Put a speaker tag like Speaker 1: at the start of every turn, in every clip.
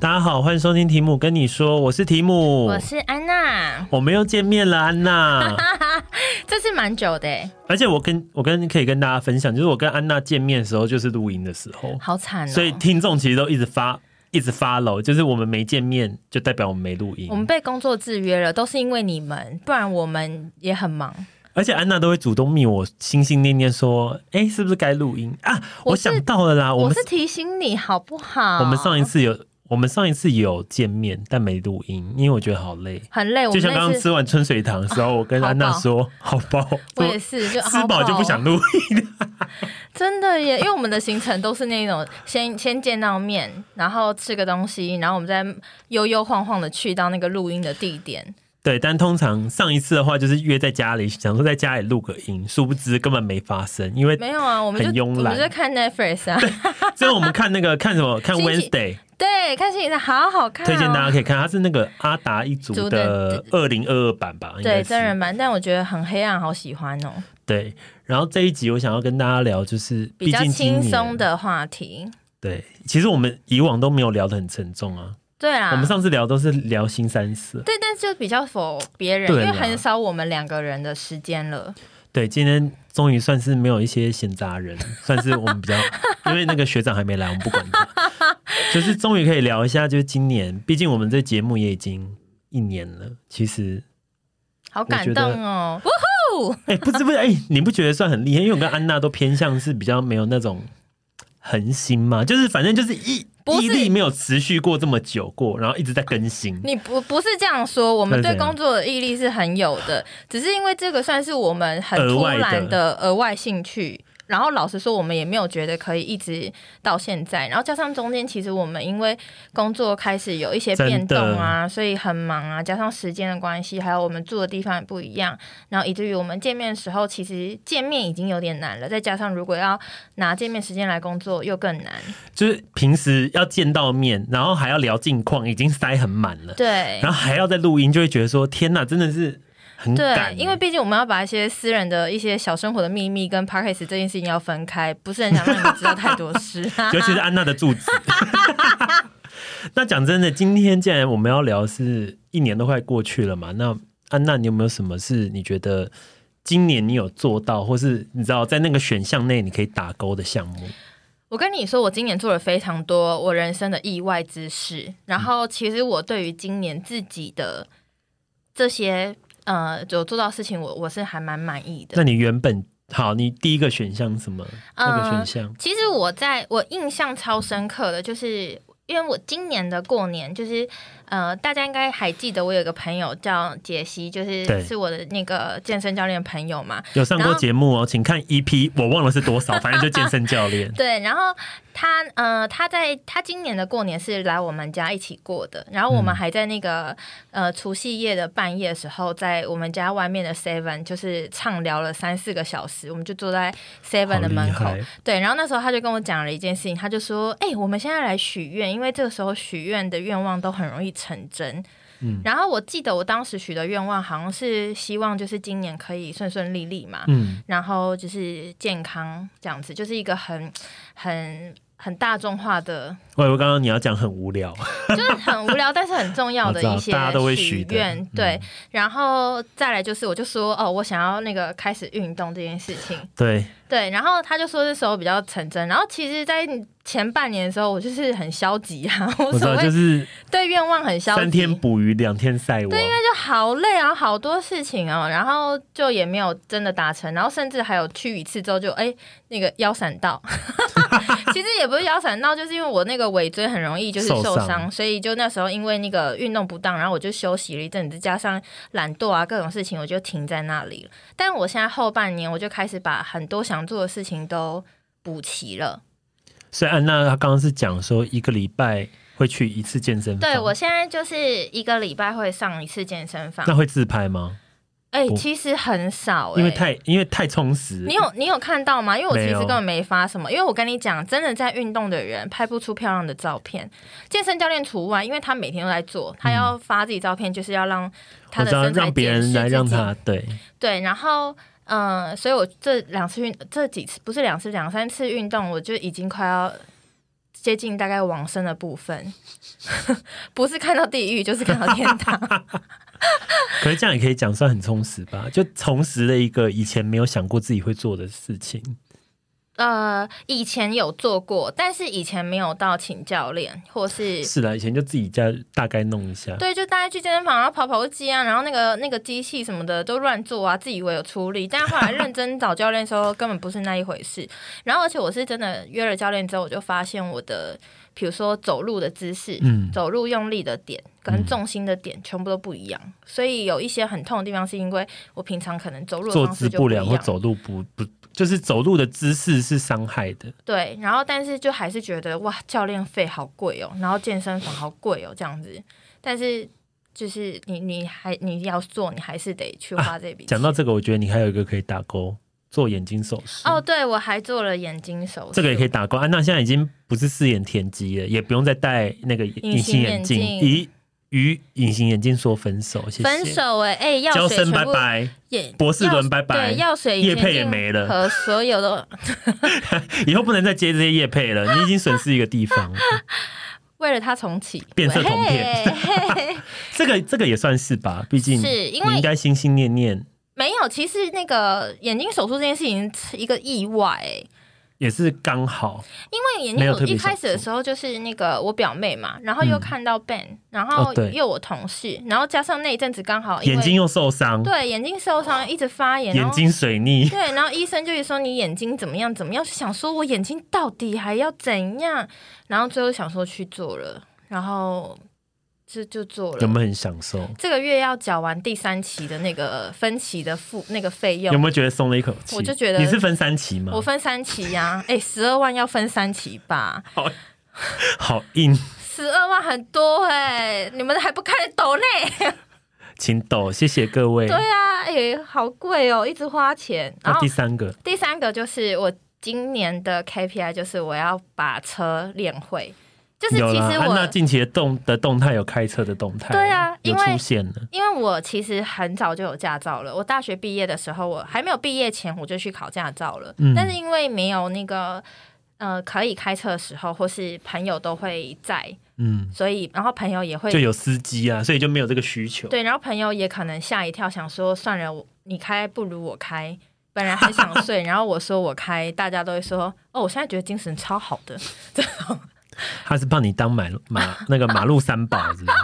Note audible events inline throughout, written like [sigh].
Speaker 1: 大家好，欢迎收听提姆跟你说，我是提姆，
Speaker 2: 我是安娜，
Speaker 1: 我们又见面了，安
Speaker 2: [laughs]
Speaker 1: 娜。
Speaker 2: 这次蛮久的欸，
Speaker 1: 而且我跟我跟可以跟大家分享，就是我跟安娜见面的时候，就是录音的时候，
Speaker 2: 好惨哦、
Speaker 1: 所以听众其实都一直发一直发楼，就是我们没见面，就代表我们没录音
Speaker 2: 我。们被工作制约了，都是因为你们，不然我们也很忙。
Speaker 1: 而且安娜都会主动密我，心心念念说：“哎、是不是该录音啊？”我
Speaker 2: 我是
Speaker 1: 想到了啦，我
Speaker 2: 我
Speaker 1: 们
Speaker 2: 是提醒你好不好？
Speaker 1: 我们上一次有我们上一次有见面，但没录音，因为我觉得好累。
Speaker 2: 很累，我
Speaker 1: 就
Speaker 2: 们
Speaker 1: 像刚
Speaker 2: 那
Speaker 1: 刚
Speaker 2: 次
Speaker 1: 吃完春水堂的时候，我跟
Speaker 2: 好
Speaker 1: 安娜
Speaker 2: 饱
Speaker 1: 说：“好饱，
Speaker 2: 我也是，就啊
Speaker 1: 吃饱就不想
Speaker 2: 好
Speaker 1: 录
Speaker 2: 饱真的耶，因为我们的行程都是那种先先见到面，然后吃个东西，然后我们再悠悠晃晃的去到那个录音的地点。
Speaker 1: [laughs] 对，但通常上一次的话就是约在家里，想说在家里录个音，殊不知根本没发生，因为
Speaker 2: 没有啊，我们
Speaker 1: 很
Speaker 2: 就
Speaker 1: 慵懒
Speaker 2: 我们就
Speaker 1: [laughs]
Speaker 2: 看 Netflix 啊，
Speaker 1: 最后我们看那个看什么看
Speaker 2: 星期
Speaker 1: Wednesday，
Speaker 2: 对，啊看戏好好看、哦，
Speaker 1: 推荐大家可以看，它是那个阿达一族
Speaker 2: 族
Speaker 1: 的
Speaker 2: 的
Speaker 1: 二零二二版吧，应该
Speaker 2: 对
Speaker 1: 是
Speaker 2: 真人版，但我觉得很黑暗，好喜欢哦。
Speaker 1: 对。然后这一集我想要跟大家聊，就是
Speaker 2: 比较
Speaker 1: 毕竟今
Speaker 2: 轻
Speaker 1: 年
Speaker 2: 松，的话题。
Speaker 1: 对，其实我们以往都没有聊得很沉重啊，
Speaker 2: 对啊，
Speaker 1: 我们上次聊都是聊新三色，
Speaker 2: 对，但是就比较否别人，因
Speaker 1: 对啦
Speaker 2: 为很少我们两个人的时间了。
Speaker 1: 对，今天终于算是没有一些闲杂人，算是我们比较，因为那个学长还没来，我们不管他，就是终于可以聊一下，就是今年，毕竟我们这节目也已经一年了，其实。
Speaker 2: 好
Speaker 1: 我觉
Speaker 2: 感
Speaker 1: 得
Speaker 2: 动哦！
Speaker 1: 哎、不知不觉，哎、你不觉得算很厉害？因为我跟安娜都偏向是比较没有那种恒心嘛，就是反正就是毅
Speaker 2: 不是
Speaker 1: 毅力没有持续过这么久过，然后一直在更新。
Speaker 2: 你不不是这样说，我们
Speaker 1: 那是怎
Speaker 2: 对
Speaker 1: 样
Speaker 2: 工作的毅力是很有的，只是因为这个算是我们很
Speaker 1: 额
Speaker 2: 突
Speaker 1: 外的
Speaker 2: 然的额外兴趣。然后老实说，我们也没有觉得可以一直到现在。然后加上中间，其实我们因为工作开始有一些
Speaker 1: 真的
Speaker 2: 变动啊，所以很忙啊，加上时间的关系，还有我们住的地方也不一样，然后以至于我们见面的时候，其实见面已经有点难了。再加上如果要拿见面时间来工作，又更难。
Speaker 1: 就是平时要见到面，然后还要聊近况，已经塞很满了。
Speaker 2: 对，
Speaker 1: 然后还要再录音，就会觉得说天哪，真的是很赶
Speaker 2: 对
Speaker 1: 欸。，
Speaker 2: 因为毕竟我们要把一些私人的一些小生活的秘密跟 p a r k a s 这件事情要分开，不是很想让你们知道太多事。
Speaker 1: [laughs] 尤
Speaker 2: [laughs] 啊
Speaker 1: 其是啊安娜的住址。 [laughs] 那讲真的，今天既然我们要聊是一年都快过去了嘛，那安娜，你有没有什么是你觉得今年你有做到，或是你知道在那个选项内你可以打勾的项目？
Speaker 2: 我跟你说，我今年做了非常多我人生的意外之事，然后其实我对于今年自己的这些呃有做到事情我我是还蛮满意的
Speaker 1: 那。你原本好，你第一个选项是什么？那个选
Speaker 2: 嗯
Speaker 1: 项
Speaker 2: 其实我在我印象超深刻的就是。因为我今年的过年就是，呃，大家应该还记得我有个朋友叫杰西，就
Speaker 1: 对
Speaker 2: 是是我的那个健身教练朋友嘛。
Speaker 1: 有上过
Speaker 2: 然后。
Speaker 1: 节目哦，请看 EP，我忘了是多少，反正就健身教练
Speaker 2: [laughs] 对，然后他呃，他在他今年的过年是来我们家一起过的，然后我
Speaker 1: 嗯
Speaker 2: 们还在那个、呃除夕夜的半夜的时候，在我们家外面的 Seven 就是畅聊了三四个小时，我们就坐在 Seven 的门口
Speaker 1: 好厉害，
Speaker 2: 对，然后那时候他就跟我讲了一件事情，他就说：“哎、我们现在来许愿，因为这个时候许愿的愿望都很容易成真。”
Speaker 1: 嗯
Speaker 2: 然后我记得我当时许的愿望好像是希望就是今年可以顺顺利利嘛，
Speaker 1: 嗯，
Speaker 2: 然后就是健康这样子，就是一个很很很大众化的，
Speaker 1: 我以为刚刚你要讲很无聊。
Speaker 2: 就是很无聊但是很重要的
Speaker 1: 我知道
Speaker 2: 一些
Speaker 1: 大家都会许
Speaker 2: 许
Speaker 1: 的
Speaker 2: 愿
Speaker 1: 嗯。
Speaker 2: 对，然后再来就是，我就说哦，我想要那个开始运动这件事
Speaker 1: [laughs]
Speaker 2: 情。
Speaker 1: 对，
Speaker 2: 对，然后他就说这时候比较成真。然后其实，在前半年的时候，我就是很消极啊， [laughs] 我
Speaker 1: 我知
Speaker 2: 所
Speaker 1: 道，就
Speaker 2: 谓
Speaker 1: 是
Speaker 2: 对愿望很消极，
Speaker 1: 三天捕鱼两天晒网。
Speaker 2: 就好累啊，好多事情哦，然后就也没有真的达成，然后甚至还有去一次之后就哎那个腰闪到， [laughs] 其实也不是腰闪到，就是因为我那个尾椎很容易就是受
Speaker 1: 受
Speaker 2: 伤，
Speaker 1: 伤
Speaker 2: 所以就那时候因为那个运动不当，然后我就休息了一阵子，加上懒惰啊各种事情，我就停在那里了。但我现在后半年我就开始把很多想做的事情都补齐了。
Speaker 1: 所以安娜她刚刚是讲说一个礼拜会去一次健身房，
Speaker 2: 对我现在就是一个礼拜会上一次健身房，
Speaker 1: 那会自拍吗？
Speaker 2: 哎、
Speaker 1: 不
Speaker 2: 其实很少、哎
Speaker 1: 因为太因为太充实，
Speaker 2: 你有你有看到吗？因为我其
Speaker 1: 没
Speaker 2: 实
Speaker 1: 有
Speaker 2: 根本没发什么，因为我跟你讲，真的在运动的人拍不出漂亮的照片，健身教练除外，因为他每天都在做，他要发自己照片，就是要让他
Speaker 1: 我
Speaker 2: 的
Speaker 1: 知道
Speaker 2: 身
Speaker 1: 嗯哦
Speaker 2: 材
Speaker 1: 让别人来
Speaker 2: 检视
Speaker 1: 让
Speaker 2: 自己
Speaker 1: 他对，
Speaker 2: 对，然后嗯、呃所以我这两次运这几次不是两次两三次运动，我就已经快要接近大概往生的部分， [laughs] 不是看到地狱就是看到天堂。 [laughs]
Speaker 1: 可是这样也可以讲算很充实吧，就重拾了一个以前没有想过自己会做的事情。
Speaker 2: 呃，以前有做过，但是以前没有到请教练，或是
Speaker 1: 是啦，以前就自己家大概弄一下。
Speaker 2: 对，就大家去健身房，然后跑跑机啊，然后那个那个机器什么的都乱做啊，自以为有出力，但后来认真找教练的时候，根本不是那一回事。然后，而且我是真的约了教练之后，我就发现我的，比如说走路的姿势，
Speaker 1: 嗯
Speaker 2: 走路用力的点跟重心的点全部都不一样，所以有一些很痛的地方，是因为我平常可能走路的
Speaker 1: 坐
Speaker 2: 方式
Speaker 1: 姿
Speaker 2: 就不
Speaker 1: 不
Speaker 2: 一
Speaker 1: 良或
Speaker 2: 样。
Speaker 1: 走路不不，就是走路的姿势是伤害的。
Speaker 2: 对，然后但是就还是觉得哇，教练费好贵哦，然后健身房好贵哦，这样子。但是就是你你还你要做，你还是得去花这笔钱。
Speaker 1: 啊讲到这个，我觉得你还有一个可以打勾，做眼睛手术。
Speaker 2: 哦，对我还做了眼睛手术，
Speaker 1: 这个也可以打勾。安娜现在已经不是四眼田鸡了，也不用再戴那个隐形眼镜，
Speaker 2: 隐形眼镜
Speaker 1: 与与隐形眼镜说分手，谢谢。
Speaker 2: 分，手哎、哎，药
Speaker 1: 娇
Speaker 2: 水
Speaker 1: 生
Speaker 2: 全
Speaker 1: 拜
Speaker 2: 部
Speaker 1: 拜，
Speaker 2: 眼
Speaker 1: 博士伦
Speaker 2: 药
Speaker 1: 拜拜
Speaker 2: 对，药水
Speaker 1: 叶
Speaker 2: 眼
Speaker 1: 配
Speaker 2: 镜
Speaker 1: 也没了
Speaker 2: 和所有的
Speaker 1: 以后不能再接这些叶配了，你已经损失一个地
Speaker 2: [laughs]
Speaker 1: 方。
Speaker 2: 为了它重启
Speaker 1: [laughs] 变色瞳片
Speaker 2: 喂嘿嘿嘿
Speaker 1: 这个这个也算是吧，毕竟
Speaker 2: 是因为
Speaker 1: 你应该心心念念
Speaker 2: 没有，其实那个眼睛手术这件事情是一个意外、哎
Speaker 1: 也是刚好
Speaker 2: 因为眼
Speaker 1: 没有
Speaker 2: 睛
Speaker 1: 特
Speaker 2: 手
Speaker 1: 别
Speaker 2: 一开始的时候就是那个我表妹嘛，然后又
Speaker 1: 嗯
Speaker 2: 看到 Ben，、然
Speaker 1: 哦
Speaker 2: 后
Speaker 1: 对
Speaker 2: 又有我同事，然后加上那一阵子刚好因
Speaker 1: 眼
Speaker 2: 为
Speaker 1: 睛又受伤，
Speaker 2: 对眼睛受伤一直发炎，然
Speaker 1: 眼
Speaker 2: 后
Speaker 1: 睛水逆，
Speaker 2: 对，然后医生就一直说你眼睛怎么样怎么样，就想说我眼睛到底还要怎样，然后最后想说去做了，然后就就做
Speaker 1: 有
Speaker 2: 了。
Speaker 1: 没有很享受？
Speaker 2: 这个月要缴完第三期的那个分期的付那个费用
Speaker 1: 有，没有觉得松了一口气？
Speaker 2: 我就觉得
Speaker 1: 你是分三期吗
Speaker 2: 我？分三期呀、哎，十二万要分三期吧，
Speaker 1: 好硬，
Speaker 2: 十二万很多哎、你们还不看得懂嘞？
Speaker 1: 请抖，谢谢各位。
Speaker 2: [laughs] 对啊，哎、好贵哦，一直花钱。
Speaker 1: 那
Speaker 2: 然后
Speaker 1: 第三个，
Speaker 2: 第三个就是我今年的 KPI 就是我要把车练会，就是
Speaker 1: 有
Speaker 2: 其
Speaker 1: 啦，啊
Speaker 2: 实
Speaker 1: 安娜
Speaker 2: 我
Speaker 1: 近期的动的动态有开车的动态，
Speaker 2: 对啊
Speaker 1: 有
Speaker 2: 因为
Speaker 1: 出现了。
Speaker 2: 因为我其实很早就有驾照了，我大学毕业的时候，我还没有毕业前我就去考驾照了，
Speaker 1: 嗯
Speaker 2: 但是因为没有那个。呃，可以开车的时候，或是朋友都会在，
Speaker 1: 嗯，
Speaker 2: 所以然后朋友也会
Speaker 1: 就有司机啊，所以就没有这个需求。
Speaker 2: 对，然后朋友也可能吓一跳，想说算了，我你开不如我开。本来很想 [laughs] 睡，然后我说我开，大家都会说哦，我现在觉得精神超好的。
Speaker 1: 他是怕你当马
Speaker 2: [laughs]
Speaker 1: 马那个马路三宝，是不是？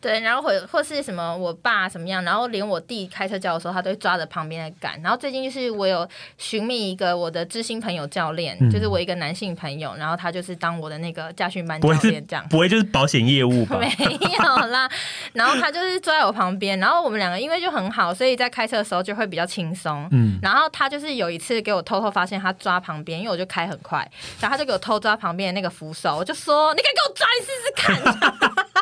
Speaker 2: 对，然后或或是什么我爸什么样，然后连我弟开车教的时候，他都会抓着旁边的赶。然后最近就是我有寻觅一个我的知心朋友教练，
Speaker 1: 嗯
Speaker 2: 就是我一个男性朋友，然后他就是当我的那个驾训班
Speaker 1: 不
Speaker 2: 教
Speaker 1: 会是
Speaker 2: 练这样。
Speaker 1: 不会就是保险业务吧？
Speaker 2: [laughs] 没有啦，然后他就是坐在我旁边，然后我们两个因为就很好，所以在开车的时候就会比较轻松。
Speaker 1: 嗯，
Speaker 2: 然后他就是有一次给我偷偷发现他抓旁边，因为我就开很快，然后他就给我偷抓旁边的那个扶手，我就说你敢给我抓，你试试看。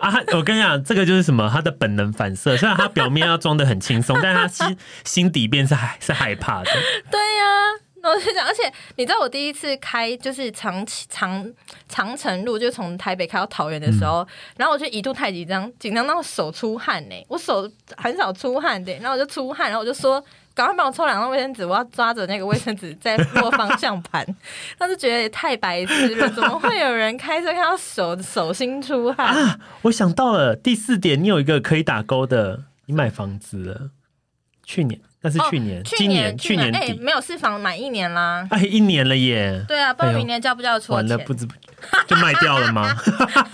Speaker 1: 啊，他我跟你讲，这个就是什么？他的本能反射，虽然他表面要装的很轻
Speaker 2: [laughs]
Speaker 1: 松，但他心心底边是害是害怕的。
Speaker 2: 对呀、然后我就讲，而且你知道我第一次开就是长长长城路，就从台北开到桃园的时候，
Speaker 1: 嗯
Speaker 2: 然后我就一度太紧张，紧张到手出汗呢、我手很少出汗的、然后我就出汗，然后我就说。赶快帮我抽两张卫生纸，我要抓着那个卫生纸在握方向盘。他就觉得也太白痴了，怎么会有人开车看到手手心出汗？
Speaker 1: 我想到了第四点，你有一个可以打勾的，你买房子了，去年那是
Speaker 2: 哦
Speaker 1: 去年，
Speaker 2: 去
Speaker 1: 今
Speaker 2: 年
Speaker 1: 去年
Speaker 2: 哎、
Speaker 1: 底，
Speaker 2: 没有私房满一年啦。
Speaker 1: 哎，一年了耶。
Speaker 2: 对啊，不知
Speaker 1: 哎
Speaker 2: 道
Speaker 1: 呦
Speaker 2: 明年交不交得出我
Speaker 1: 完了，
Speaker 2: 钱。
Speaker 1: 不知 [laughs] 不觉就卖掉了吗？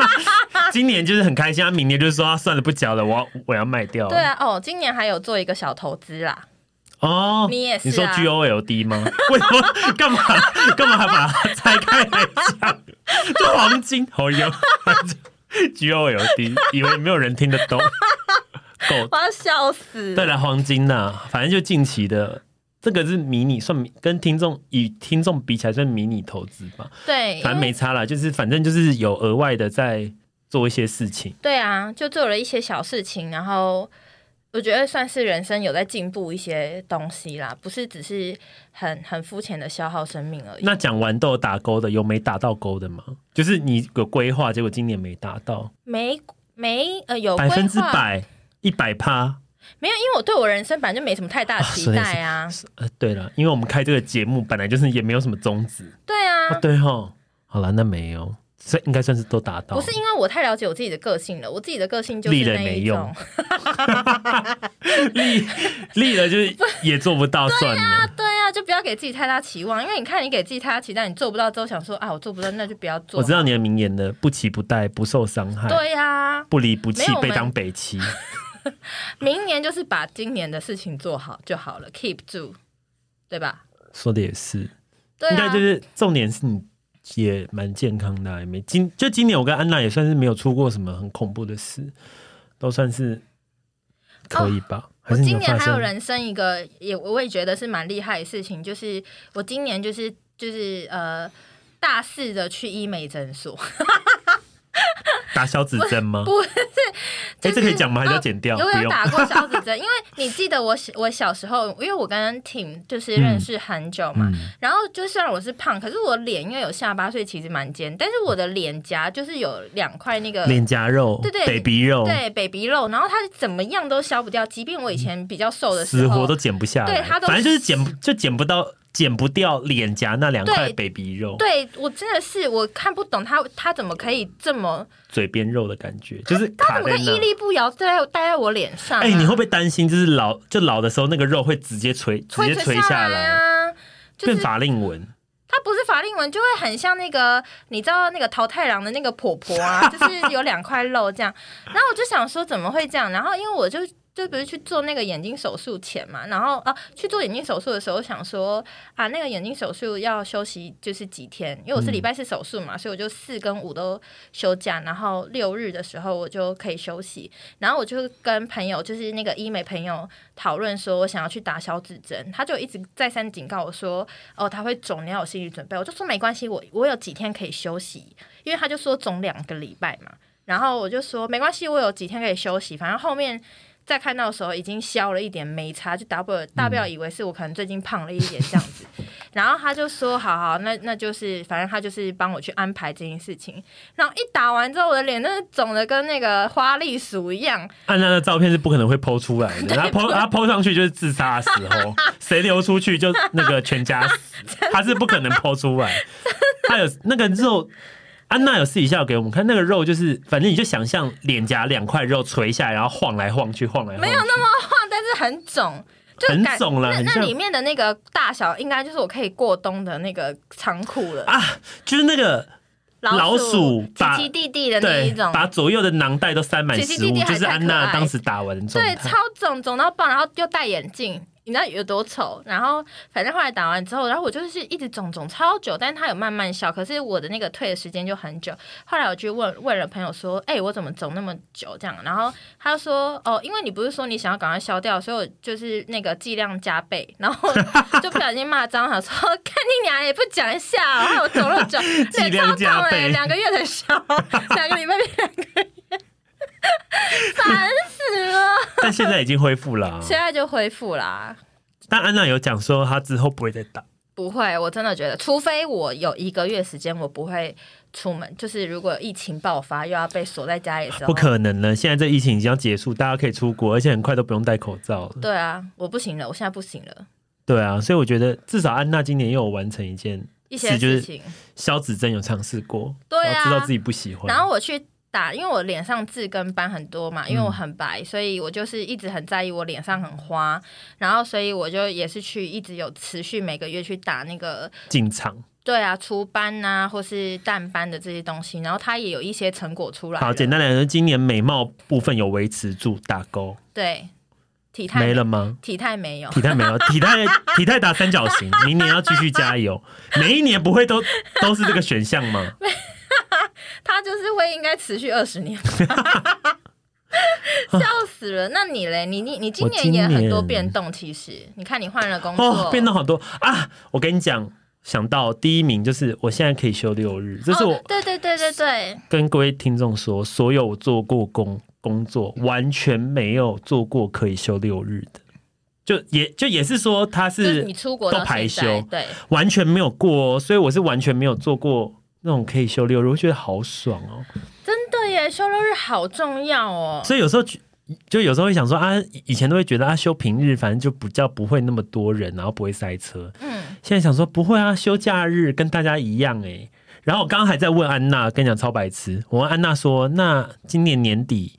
Speaker 1: [laughs] 今年就是很开心，他明年就是说啊算了不缴了，我要我要卖掉了。
Speaker 2: 对啊，哦，今年还有做一个小投资啦。
Speaker 1: 哦，
Speaker 2: 你也是啊
Speaker 1: 你说 G O L D 吗？ [laughs] 为什么干嘛干嘛还把它拆开来讲？就黄金， [laughs] 哦哟 G O L D，以为没有人听得
Speaker 2: [laughs]
Speaker 1: 懂。够
Speaker 2: 我要笑死！
Speaker 1: 对了，黄金呐、反正就近期的。这个是迷你，算迷跟听众以听众比起来算迷你投资吧，
Speaker 2: 对，
Speaker 1: 反正
Speaker 2: 因为
Speaker 1: 没差啦，就是反正就是有额外的在做一些事情。
Speaker 2: 对啊，就做了一些小事情，然后我觉得算是人生有在进步一些东西啦，不是只是很很肤浅的消耗生命而已。
Speaker 1: 那讲完都有打勾的，有没打到勾的吗？就是你有规划，结果今年没达到，
Speaker 2: 没没呃有
Speaker 1: 百
Speaker 2: 规
Speaker 1: 分之
Speaker 2: 划，
Speaker 1: 百，一百趴。
Speaker 2: 没有，因为我对我人生本来就没什么太大的期待啊。
Speaker 1: 呃，对了，因为我们开这个节目本来就是也没有什么宗旨。
Speaker 2: 对啊，
Speaker 1: 哦，对吼，好了，那没有，所以应该算是都达到。
Speaker 2: 不是因为我太了解我自己的个性了，我自己的个性就是
Speaker 1: 立了也
Speaker 2: 那
Speaker 1: 没
Speaker 2: 一
Speaker 1: 用
Speaker 2: 种， [laughs]
Speaker 1: 立立了，就是也做不到，算了。
Speaker 2: 对啊，就不要给自己太大期望，因为你看你给自己太大期待，你做不到之后想说啊，我做不到，那就不要做。
Speaker 1: 我知道你的名言的，不期不待，不受伤害，
Speaker 2: 对呀、
Speaker 1: 不离不弃
Speaker 2: 没有，我
Speaker 1: 被
Speaker 2: 们
Speaker 1: 当北
Speaker 2: [laughs]
Speaker 1: 齐。
Speaker 2: 明年就是把今年的事情做好就好了，keep 住，对吧？
Speaker 1: 说的也是，
Speaker 2: 对
Speaker 1: 应该
Speaker 2: 啊，
Speaker 1: 就是重点是你也蛮健康的啊、也没今就今年我跟安娜也算是没有出过什么很恐怖的事，都算是可以吧？还
Speaker 2: 哦我
Speaker 1: 是你
Speaker 2: 今
Speaker 1: 有发
Speaker 2: 年还有
Speaker 1: 生？
Speaker 2: 人生一个也，我也觉得是蛮厉害的事情，就是我今年就是就是呃大四的去医美诊所，
Speaker 1: 打小指针吗？
Speaker 2: 不 [laughs]
Speaker 1: 是， [laughs] 哎、这可以讲吗？还是要剪掉？
Speaker 2: 哦啊有
Speaker 1: 不
Speaker 2: 点
Speaker 1: 用。
Speaker 2: 打过
Speaker 1: [laughs]
Speaker 2: 小指针，因为你记得我小我小时候，因为我跟 Tim 就是认识很久嘛，
Speaker 1: 嗯，
Speaker 2: 然后就虽然我是胖，可是我脸因为有下巴，所以其实蛮尖，但是我的脸颊就是有两块那个
Speaker 1: 脸颊肉，
Speaker 2: 对对
Speaker 1: 北鼻肉，
Speaker 2: 对 baby 肉，然后它怎么样都消不掉，即便我以前比较瘦的时
Speaker 1: 死
Speaker 2: 候
Speaker 1: 活，都减不下来。
Speaker 2: 对它都
Speaker 1: 反正就是减不就减不到，减不掉脸颊那两块
Speaker 2: 对
Speaker 1: 北鼻肉，
Speaker 2: 对我真的是我看不懂它它怎么可以这么
Speaker 1: 嘴边肉的感觉，就是
Speaker 2: 啊它
Speaker 1: 卡
Speaker 2: 怎么
Speaker 1: 在
Speaker 2: 可以屹
Speaker 1: 那。
Speaker 2: 立不摇在戴在我脸上、啊？
Speaker 1: 哎、你会不会担心？就是老就老的时候，那个肉会直接垂，直
Speaker 2: 会
Speaker 1: 接
Speaker 2: 垂
Speaker 1: 垂下
Speaker 2: 来
Speaker 1: 来，
Speaker 2: 啊？就
Speaker 1: 变
Speaker 2: 是
Speaker 1: 法令纹。
Speaker 2: 它不是法令纹，就会很像那个你知道那个桃太郎的那个婆婆啊，就是有两块肉这样。然后我就想说怎么会这样？然后因为我就就不是去做那个眼睛手术前嘛，然后啊去做眼睛手术的时候想说啊那个眼睛手术要休息就是几天，因为我是礼拜四手术嘛，所以我就四跟五都休假，然后六日的时候我就可以休息。然后我就跟朋友就是那个医美朋友讨论说我想要去打小指针，他就一直再三警告我说哦，它会肿，你要有心理准备。我就说没关系，我我有几天可以休息，因为他就说肿两个礼拜嘛。然后我就说没关系，我有几天可以休息，反正后面再看到的时候已经消了一点，没差，就大不了大不
Speaker 1: 嗯
Speaker 2: 了以为是我可能最近胖了一点这样子。然后他就说好好，那那就是反正他就是帮我去安排这件事情。然后一打完之后，我的脸真的肿的跟那个花栗鼠一样，
Speaker 1: 安娜的照片是不可能会剖出来
Speaker 2: [laughs]
Speaker 1: 的，她剖她剖上去就是自杀的时候，谁流出去就那个全家死，她是不可能剖出
Speaker 2: [laughs]
Speaker 1: 来。她有那个肉，安娜有私底下有给我们看，那个肉就是，反正你就想象脸颊两块肉垂下来，然后晃来晃去，晃来晃去，没有那么
Speaker 2: 哇，但是很肿。就
Speaker 1: 很
Speaker 2: 感
Speaker 1: 肿了
Speaker 2: 那
Speaker 1: 啊很
Speaker 2: 那
Speaker 1: 像
Speaker 2: 里面的那个大小，应该就是我可以过冬的那个长裤了。
Speaker 1: 啊，就是那个老鼠
Speaker 2: 奇
Speaker 1: 把
Speaker 2: 奇弟弟的那一
Speaker 1: 对
Speaker 2: 种，，
Speaker 1: 把左右的囊袋都塞满
Speaker 2: 姐姐
Speaker 1: 食
Speaker 2: 弟
Speaker 1: 物，
Speaker 2: 弟还
Speaker 1: 就是安
Speaker 2: 太可
Speaker 1: 娜
Speaker 2: 爱
Speaker 1: 当时打完的状
Speaker 2: 对，
Speaker 1: 态
Speaker 2: 超。肿肿到爆，然后又戴眼镜，你知道有多丑。然后反正后来打完之后，然后我就是一直肿肿超久，但是它有慢慢消，可是我的那个退的时间就很久。后来我去问问了朋友说，哎、我怎么肿那么久这样？然后他说，哦，因为你不是说你想要赶快消掉，所以我就是那个剂量加倍，然后就不小心骂脏话，说看你娘也不讲一下、哦，害我肿那么久，
Speaker 1: [laughs] 剂
Speaker 2: 脸
Speaker 1: 量
Speaker 2: 超
Speaker 1: 加
Speaker 2: 痛
Speaker 1: 倍
Speaker 2: 哎、两个月才消，两个礼拜变两个月，烦死了。
Speaker 1: 但现在已经恢复了
Speaker 2: [laughs]
Speaker 1: 啊、
Speaker 2: 现在就恢复啦。
Speaker 1: 但安娜有讲说她之后不会再打。
Speaker 2: 不会，我真的觉得，除非我有一个月时间，我不会出门。就是如果疫情爆发，又要被锁在家里的时候，哦
Speaker 1: 不。可能了，现在这疫情已经要结束，大家可以出国，而且很快都不用戴口罩了。
Speaker 2: 对啊，我不行了，我现在不行了，
Speaker 1: 对啊，所以我觉得至少安娜今年又有完成一件
Speaker 2: 一些
Speaker 1: 是就是
Speaker 2: 事情。
Speaker 1: 消脂针，有尝试过，
Speaker 2: 对啊
Speaker 1: 然后知道自己不喜欢，
Speaker 2: 然后我去打，因为我脸上痣跟斑很多嘛，因
Speaker 1: 嗯
Speaker 2: 为我很白，所以我就是一直很在意我脸上很花。然后，所以我就也是去一直有持续每个月去打那个
Speaker 1: 进场。
Speaker 2: 对啊除斑呐、或是淡斑的这些东西。然后它也有一些成果出来了。
Speaker 1: 好，简单来说，今年美貌部分有维持住打勾，
Speaker 2: 对，体态
Speaker 1: 没了吗？
Speaker 2: 体态没有。
Speaker 1: 体态没有， [laughs] 体态体态打三角形，明年要继续加
Speaker 2: [laughs]
Speaker 1: 油。每一年不会都都是这个选项吗？
Speaker 2: 他就是会应该持续二
Speaker 1: [laughs]
Speaker 2: 十年，笑死了。那你嘞？你你你今
Speaker 1: 我今
Speaker 2: 年也
Speaker 1: 年
Speaker 2: 很多变动，其实你看你换了工作，
Speaker 1: 哦，变得好多啊！我跟你讲，想到第一名就是我现在可以休六日，这是我
Speaker 2: 哦对对对对对，
Speaker 1: 跟各位听众说，所有我做过工工作，完全没有做过可以休六日的，就也就也是说他
Speaker 2: 就是
Speaker 1: 是
Speaker 2: 你出国到
Speaker 1: 都排
Speaker 2: 现在
Speaker 1: 休
Speaker 2: 对。
Speaker 1: 完全没有过、哦，所以我是完全没有做过那种可以休六日，我觉得好爽哦。
Speaker 2: 真的耶，休六日好重要哦。
Speaker 1: 所以有时候觉就有时候会想说啊，以前都会觉得啊，休平日反正就比较不会那么多人，然后不会塞车。
Speaker 2: 嗯，
Speaker 1: 现在想说不会啊，休假日跟大家一样哎、然后我刚刚还在问安娜，跟你讲超白痴。我问安娜说，那今年年底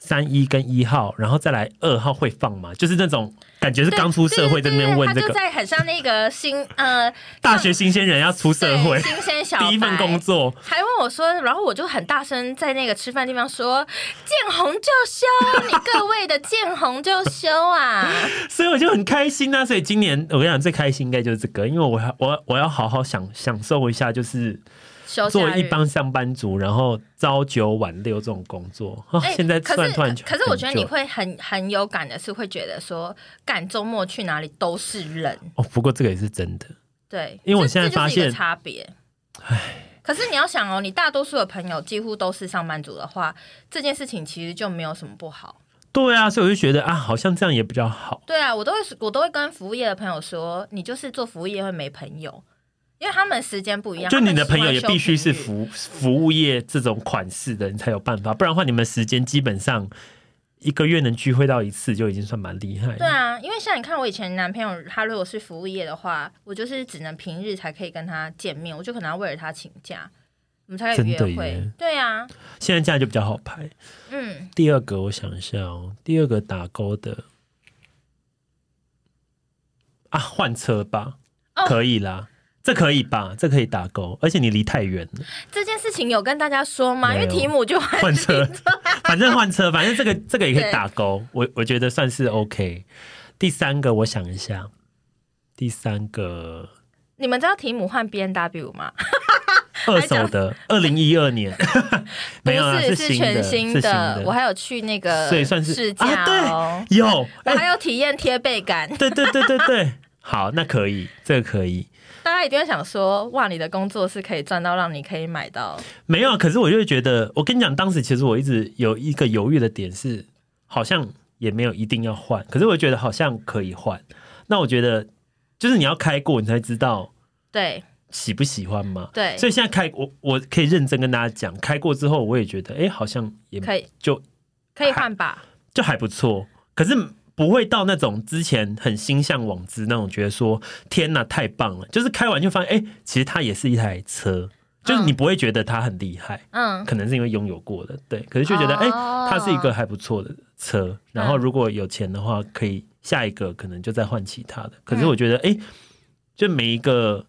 Speaker 1: 三一跟一号，然后再来二号会放吗？就是那种感觉是
Speaker 2: 对
Speaker 1: 刚出社会在那边问这
Speaker 2: 对对对他就
Speaker 1: 个
Speaker 2: 在很像那个新呃
Speaker 1: 大学新鲜人要出 [laughs] 社
Speaker 2: 对
Speaker 1: 会
Speaker 2: 新鲜小白
Speaker 1: 第一份工作，
Speaker 2: 还问我说，然后我就很大声在那个吃饭地方说：“见红就休，你各位的见红就休啊
Speaker 1: 所以我就很开心啊。所以今年我跟你讲最开心应该就是这个，因为我要我我要好好享享受一下，就是！”
Speaker 2: 休假
Speaker 1: 作
Speaker 2: 日
Speaker 1: 为一帮上班族，然后朝九晚六这种工作，啊
Speaker 2: 哎
Speaker 1: 现在突
Speaker 2: 可
Speaker 1: 然
Speaker 2: 是
Speaker 1: 突然
Speaker 2: 可是我觉得
Speaker 1: 很久
Speaker 2: 你会很很有感的是，会觉得说，赶周末去哪里都是人，
Speaker 1: 哦，不过这个也是真的，
Speaker 2: 对，
Speaker 1: 因为我
Speaker 2: 这
Speaker 1: 现在
Speaker 2: 这就是
Speaker 1: 发
Speaker 2: 一个
Speaker 1: 现
Speaker 2: 差别。可是你要想哦，你大多数的朋友几乎都是上班族的话，这件事情其实就没有什么不好。
Speaker 1: 对啊，所以我就觉得啊，好像这样也比较好。
Speaker 2: 对啊，我都会我都会跟服务业的朋友说，你就是做服务业会没朋友，因为他们时间不一样。
Speaker 1: 就你的
Speaker 2: 他们
Speaker 1: 朋
Speaker 2: 喜欢
Speaker 1: 友也
Speaker 2: 休
Speaker 1: 必须是
Speaker 2: 平
Speaker 1: 服
Speaker 2: 日
Speaker 1: 服务业这种款式的，你才有办法，不然的话你们时间基本上一个月能聚会到一次就已经算蛮厉害
Speaker 2: 对
Speaker 1: 了。
Speaker 2: 啊，因为像你看，我以前男朋友他如果是服务业的话，我就是只能平日才可以跟他见面，我就可能要为了他请假，我们才可以约
Speaker 1: 真的
Speaker 2: 会
Speaker 1: 耶。
Speaker 2: 对啊，
Speaker 1: 现在这样就比较好排。
Speaker 2: 嗯，
Speaker 1: 第二个我想一下哦，第二个打勾的啊，换车吧，
Speaker 2: 哦
Speaker 1: 可以啦，这可以吧，这可以打勾，而且你离太远
Speaker 2: [laughs]
Speaker 1: 了，
Speaker 2: 这件事情有跟大家说吗？因为
Speaker 1: 没有
Speaker 2: 题目就
Speaker 1: 换车，反正换车，反正这个这个也可以
Speaker 2: 对
Speaker 1: 打勾，我我觉得算是 OK。第三个我想一下，第三个
Speaker 2: 你们知道题目换 B N W 吗？
Speaker 1: 二手的，二零一二
Speaker 2: [laughs]
Speaker 1: 年没有啦，
Speaker 2: 不是，
Speaker 1: 新
Speaker 2: 全
Speaker 1: 的，
Speaker 2: 新
Speaker 1: 是新
Speaker 2: 我还有去那个
Speaker 1: 所以算是
Speaker 2: 试驾
Speaker 1: 啊，
Speaker 2: 哦，
Speaker 1: 对，有，哎、
Speaker 2: 我还有体验贴背感。
Speaker 1: 对对对对对，好，那可以，这个可以。
Speaker 2: 大家一定会想说，哇，你的工作是可以赚到让你可以买到，
Speaker 1: 没有，可是我就会觉得，我跟你讲，当时其实我一直有一个犹豫的点是，好像也没有一定要换，可是我觉得好像可以换。那我觉得就是你要开过，你才知道
Speaker 2: 对
Speaker 1: 喜不喜欢嘛。
Speaker 2: 对
Speaker 1: 所以现在开我我可以认真跟大家讲，开过之后我也觉得，哎、好像也
Speaker 2: 可以
Speaker 1: 就
Speaker 2: 可以换吧？
Speaker 1: 就还不错，可是不会到那种之前很心向往之那种，觉得说天哪太棒了，就是开完就发现，哎、其实它也是一台车，就是你不会觉得它很厉害。
Speaker 2: 嗯，
Speaker 1: 可能是因为拥有过的，对，可是就觉得
Speaker 2: 哦嗯
Speaker 1: 哎、它是一个还不错的车，然后如果有钱的话，可以下一个可能就再换其他的。
Speaker 2: 嗯
Speaker 1: 可是我觉得哎、就每一个，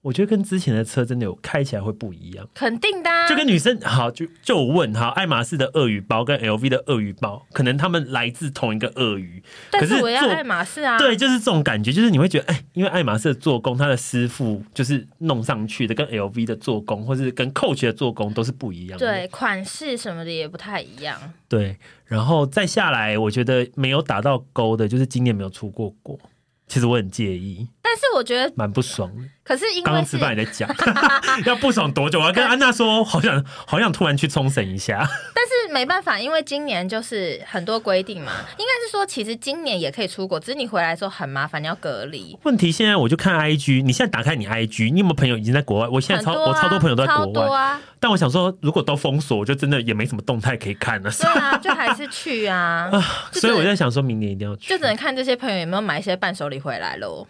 Speaker 1: 我觉得跟之前的车真的有开起来会不一样。
Speaker 2: 肯定的、啊，
Speaker 1: 就跟女生好，就就我问好，爱马仕的鳄鱼包跟 LV 的鳄鱼包，可能他们来自同一个鳄鱼，
Speaker 2: 但
Speaker 1: 可是
Speaker 2: 我要
Speaker 1: 做
Speaker 2: 爱马仕啊，
Speaker 1: 对，就是这种感觉，就是你会觉得，哎，因为爱马仕的做工，它的师傅就是弄上去的，跟 LV 的做工，或是跟 Coach 的做工都是不一样的。
Speaker 2: 对，款式什么的也不太一样。
Speaker 1: 对，然后再下来，我觉得没有打到勾的，就是今年没有出过国，其实我很介意，
Speaker 2: 但是我觉得，
Speaker 1: 蛮不爽的。
Speaker 2: 可是因
Speaker 1: 刚
Speaker 2: 为
Speaker 1: 刚
Speaker 2: 是
Speaker 1: 吃饭也在讲， [laughs] 要不爽多久？我要跟安娜说，好想好想突然去冲绳一下。
Speaker 2: 但是没办法，因为今年就是很多规定嘛，应该是说其实今年也可以出国，只是你回来的时候很麻烦，你要隔离。
Speaker 1: 问题现在我就看 IG，你现在打开你 IG，你有没有朋友已经在国外？我现在
Speaker 2: 很
Speaker 1: 超、
Speaker 2: 多、啊、
Speaker 1: 我超多朋友都在
Speaker 2: 超
Speaker 1: 国
Speaker 2: 多
Speaker 1: 外， [laughs]
Speaker 2: 啊，
Speaker 1: 但我想说，如果都封锁，我就真的也没什么动态可以看了、
Speaker 2: 对啊，就还是去
Speaker 1: [laughs]
Speaker 2: 啊，就只
Speaker 1: 所以
Speaker 2: 能
Speaker 1: 我在想，说明年一定要去
Speaker 2: 就只，能看这些朋友有没有买一些伴手礼回来喽。